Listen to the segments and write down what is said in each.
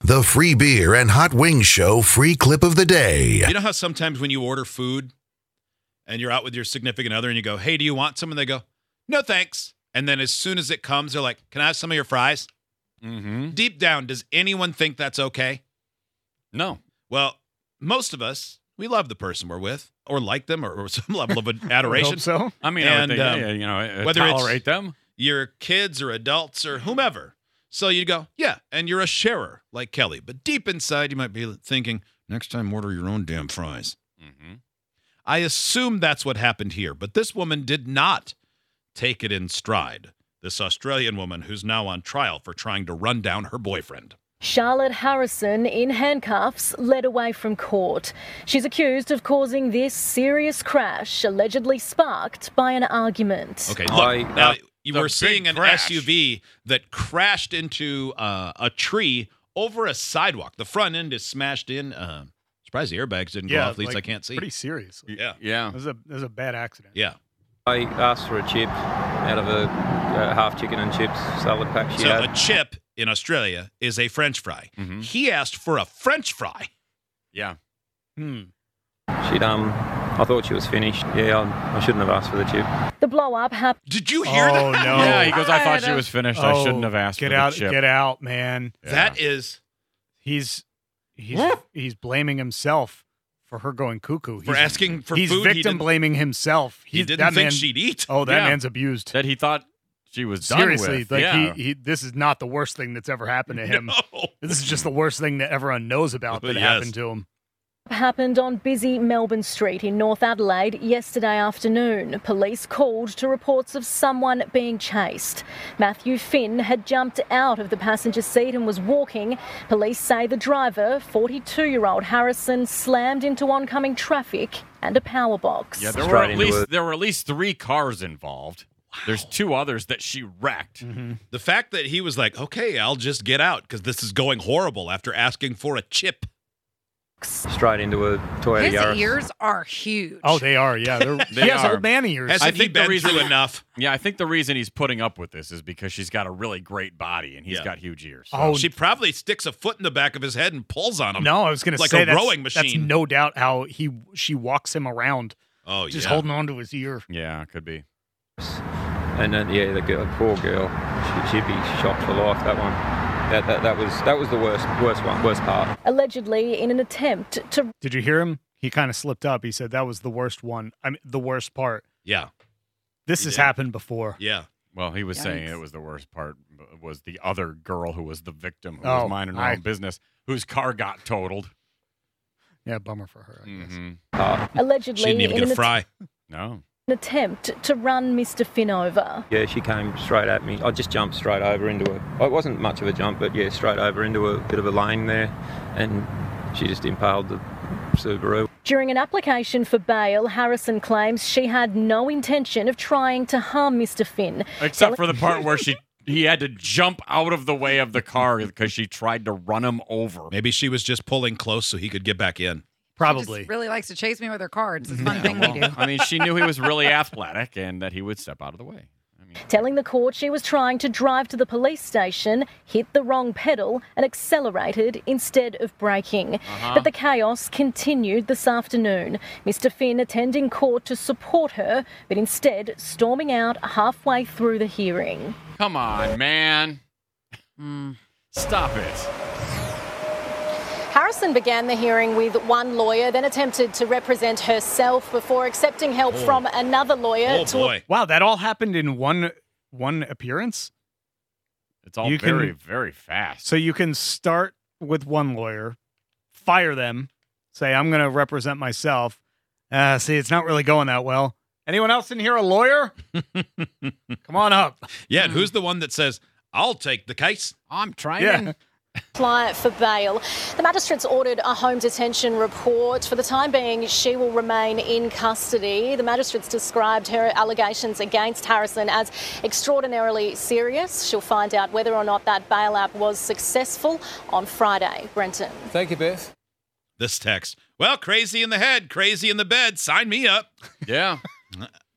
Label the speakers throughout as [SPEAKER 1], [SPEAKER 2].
[SPEAKER 1] The Free Beer and Hot Wings Show free clip of the day.
[SPEAKER 2] You know how sometimes when you order food and you're out with your significant other and you go, hey, do you want some? And they go, no, thanks. And then as soon as it comes, they're like, can I have some of your fries?
[SPEAKER 3] Mm-hmm.
[SPEAKER 2] Deep down, does anyone think that's okay?
[SPEAKER 3] No.
[SPEAKER 2] Well, most of us, we love the person we're with or like them or, or some level of adoration.
[SPEAKER 4] Hope so.
[SPEAKER 3] I mean,
[SPEAKER 2] And,
[SPEAKER 3] I would
[SPEAKER 2] um,
[SPEAKER 3] think, yeah, you know,
[SPEAKER 2] whether
[SPEAKER 3] whether
[SPEAKER 2] it's-
[SPEAKER 3] tolerate them.
[SPEAKER 2] Your kids or adults or whomever. So you go, yeah, and you're a sharer like Kelly. But deep inside, you might be thinking, next time order your own damn fries.
[SPEAKER 3] Mm-hmm.
[SPEAKER 2] I assume that's what happened here, but this woman did not take it in stride. This Australian woman who's now on trial for trying to run down her boyfriend.
[SPEAKER 5] Charlotte Harrison, in handcuffs, led away from court. She's accused of causing this serious crash, allegedly sparked by an argument.
[SPEAKER 2] Okay,
[SPEAKER 3] I-
[SPEAKER 2] look, now
[SPEAKER 3] uh,
[SPEAKER 2] you
[SPEAKER 3] the
[SPEAKER 2] were seeing
[SPEAKER 3] big
[SPEAKER 2] an
[SPEAKER 3] crash.
[SPEAKER 2] SUV that crashed into uh, a tree over a sidewalk. The front end is smashed in. Uh, surprised the airbags didn't go off. At least I
[SPEAKER 4] like,
[SPEAKER 2] can't see.
[SPEAKER 4] Pretty seriously.
[SPEAKER 2] yeah,
[SPEAKER 3] Yeah.
[SPEAKER 4] This is a this is a bad accident.
[SPEAKER 2] yeah.
[SPEAKER 6] I asked for a chip out of a uh, half chicken and chips salad pack she
[SPEAKER 2] So
[SPEAKER 6] had.
[SPEAKER 2] a chip in Australia is a French fry.
[SPEAKER 4] Mm-hmm.
[SPEAKER 3] Mhm.
[SPEAKER 2] He asked for a French fry.
[SPEAKER 3] Yeah.
[SPEAKER 4] Hmm.
[SPEAKER 6] She'd um, I thought she was finished. Yeah, I, I shouldn't have asked for the chip.
[SPEAKER 5] The blow up happened
[SPEAKER 2] Did you hear
[SPEAKER 4] Oh,
[SPEAKER 2] that?
[SPEAKER 4] no.
[SPEAKER 3] Yeah. He goes, I thought she was finished. I
[SPEAKER 4] Oh,
[SPEAKER 3] shouldn't have asked
[SPEAKER 4] Get
[SPEAKER 3] for
[SPEAKER 4] out!
[SPEAKER 3] the chip.
[SPEAKER 4] Get out, man.
[SPEAKER 3] Yeah.
[SPEAKER 2] That is
[SPEAKER 4] He's he's he's blaming himself for her going cuckoo.
[SPEAKER 2] for
[SPEAKER 4] He's,
[SPEAKER 2] asking for
[SPEAKER 4] he's
[SPEAKER 2] food. he
[SPEAKER 4] victim
[SPEAKER 2] didn't-
[SPEAKER 4] blaming himself.
[SPEAKER 2] He
[SPEAKER 4] He's-
[SPEAKER 2] didn't
[SPEAKER 4] that
[SPEAKER 2] think
[SPEAKER 4] man-
[SPEAKER 2] she'd eat.
[SPEAKER 4] Oh, that
[SPEAKER 3] Yeah.
[SPEAKER 4] man's abused.
[SPEAKER 3] that he thought she was done
[SPEAKER 4] Seriously,
[SPEAKER 3] with.
[SPEAKER 4] like
[SPEAKER 3] yeah.
[SPEAKER 4] he, he, this is not the worst thing that's ever happened to him.
[SPEAKER 2] No.
[SPEAKER 4] This is just the worst thing that everyone knows about that
[SPEAKER 2] Yes.
[SPEAKER 4] happened to him.
[SPEAKER 5] happened on busy Melbourne Street in North Adelaide yesterday afternoon. Police called to reports of someone being chased. Matthew Finn had jumped out of the passenger seat and was walking. Police say the driver, 42 year old Harrison, slammed into oncoming traffic and a power box.
[SPEAKER 3] yeah. There were
[SPEAKER 6] Straight
[SPEAKER 3] at
[SPEAKER 6] into
[SPEAKER 3] least
[SPEAKER 6] it.
[SPEAKER 3] there were at least three cars involved. There's two others that she wrecked.
[SPEAKER 4] Mm-hmm.
[SPEAKER 2] The fact that he was like, okay, I'll just get out because this is going horrible after asking for a chip.
[SPEAKER 6] Straight into a Toyota
[SPEAKER 7] His
[SPEAKER 6] Yaris.
[SPEAKER 7] ears are huge.
[SPEAKER 4] Oh, they are. Yeah, they're,
[SPEAKER 3] They
[SPEAKER 4] he has
[SPEAKER 3] are.
[SPEAKER 4] old man ears.
[SPEAKER 2] Hasn't he
[SPEAKER 3] think the
[SPEAKER 2] been
[SPEAKER 3] reason-
[SPEAKER 2] through enough?
[SPEAKER 3] Yeah, I think the reason he's putting up with this is because she's got a really great body and he's
[SPEAKER 2] Yeah.
[SPEAKER 3] got huge ears.
[SPEAKER 4] oh,
[SPEAKER 2] She probably sticks a foot in the back of his head and pulls on him.
[SPEAKER 4] no, I was going to
[SPEAKER 2] like
[SPEAKER 4] say
[SPEAKER 2] a
[SPEAKER 4] that's,
[SPEAKER 2] rowing
[SPEAKER 4] That's
[SPEAKER 2] machine.
[SPEAKER 4] no doubt how he she walks him around,
[SPEAKER 2] Oh,
[SPEAKER 4] just
[SPEAKER 2] yeah.
[SPEAKER 4] holding on to his ear.
[SPEAKER 3] Yeah, could be.
[SPEAKER 6] And then, yeah, the girl, poor girl. She, she'd be shocked for life. That one. That, that, that was that was the worst worst one worst part.
[SPEAKER 5] allegedly in an attempt to
[SPEAKER 4] Did you hear him? He kind of slipped up. He said that was the worst one. I mean, the worst part.
[SPEAKER 2] Yeah.
[SPEAKER 4] This
[SPEAKER 2] He
[SPEAKER 4] has
[SPEAKER 2] did.
[SPEAKER 4] happened before.
[SPEAKER 2] Yeah.
[SPEAKER 3] Well, he was saying
[SPEAKER 7] Yikes.
[SPEAKER 3] it was the worst part b- was the other girl who was the victim who
[SPEAKER 4] Oh,
[SPEAKER 3] was minding her
[SPEAKER 4] I-
[SPEAKER 3] own business, whose car got totaled.
[SPEAKER 4] Yeah, bummer for her. I guess.
[SPEAKER 3] Mm-hmm.
[SPEAKER 6] part.
[SPEAKER 5] allegedly
[SPEAKER 2] She didn't even
[SPEAKER 5] in
[SPEAKER 2] get
[SPEAKER 5] an
[SPEAKER 2] a fry.
[SPEAKER 3] No.
[SPEAKER 5] an attempt to run Mr. Finn over.
[SPEAKER 6] Yeah, she came straight at me. I just jumped straight over into her. Well, it wasn't much of a jump, but yeah, straight over into a bit of a lane there, and she just impaled the Subaru.
[SPEAKER 5] During an application for bail, Harrison claims she had no intention of trying to harm Mr. Finn.
[SPEAKER 3] Except for the part where she he had to jump out of the way of the car because she tried to run him over.
[SPEAKER 2] Maybe she was just pulling close so he could get back in.
[SPEAKER 7] She
[SPEAKER 4] Probably. Mm-hmm.
[SPEAKER 7] just really likes to chase me with her cards. It's a fun thing we do.
[SPEAKER 3] I mean, she knew he was really athletic and that he would step out of the way. I mean,
[SPEAKER 5] Telling the court she was trying to drive to the police station, hit the wrong pedal, and accelerated instead of braking.
[SPEAKER 2] Uh-huh.
[SPEAKER 5] But the chaos continued this afternoon. Mr. Finn attending court to support her, but instead storming out halfway through the hearing.
[SPEAKER 3] come on, man. Stop it.
[SPEAKER 5] Harrison began the hearing with one lawyer, then attempted to represent herself before accepting help from another lawyer
[SPEAKER 2] Oh,
[SPEAKER 5] to
[SPEAKER 2] boy.
[SPEAKER 4] Wow, that all happened in one one appearance.
[SPEAKER 3] It's all
[SPEAKER 4] You can-
[SPEAKER 3] very, very fast.
[SPEAKER 4] So you can start with one lawyer, fire them, say I'm going to represent myself. Uh, see, it's not really going that well. Anyone else in here a lawyer? Come on up.
[SPEAKER 2] Yeah. And who's the one that says, I'll take the case?
[SPEAKER 3] I'm trying.
[SPEAKER 4] Yeah.
[SPEAKER 5] Client for bail. The magistrate's ordered a home detention report. For the time being, she will remain in custody. The magistrate's described her allegations against Harrison as extraordinarily serious. She'll find out whether or not that bail app was successful on Friday. Brenton.
[SPEAKER 8] Thank you, Beth.
[SPEAKER 2] This text. Well, crazy in the head, crazy in the bed. Sign me up.
[SPEAKER 3] Yeah.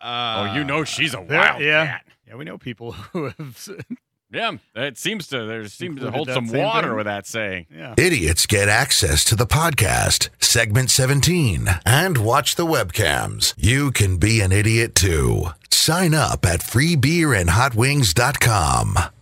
[SPEAKER 2] Uh,
[SPEAKER 3] oh, you know she's a
[SPEAKER 4] There-
[SPEAKER 3] wild
[SPEAKER 4] yeah.
[SPEAKER 3] cat.
[SPEAKER 4] Yeah, we know people who have.
[SPEAKER 3] Yeah. It seems to there seems to
[SPEAKER 4] Included
[SPEAKER 3] hold
[SPEAKER 4] that
[SPEAKER 3] some
[SPEAKER 4] same
[SPEAKER 3] water
[SPEAKER 4] thing?
[SPEAKER 3] with that saying.
[SPEAKER 4] Yeah.
[SPEAKER 1] Idiots get access to the podcast, segment 17, and watch the webcams. You can be an idiot too. Sign up at freebeerandhotwings.com.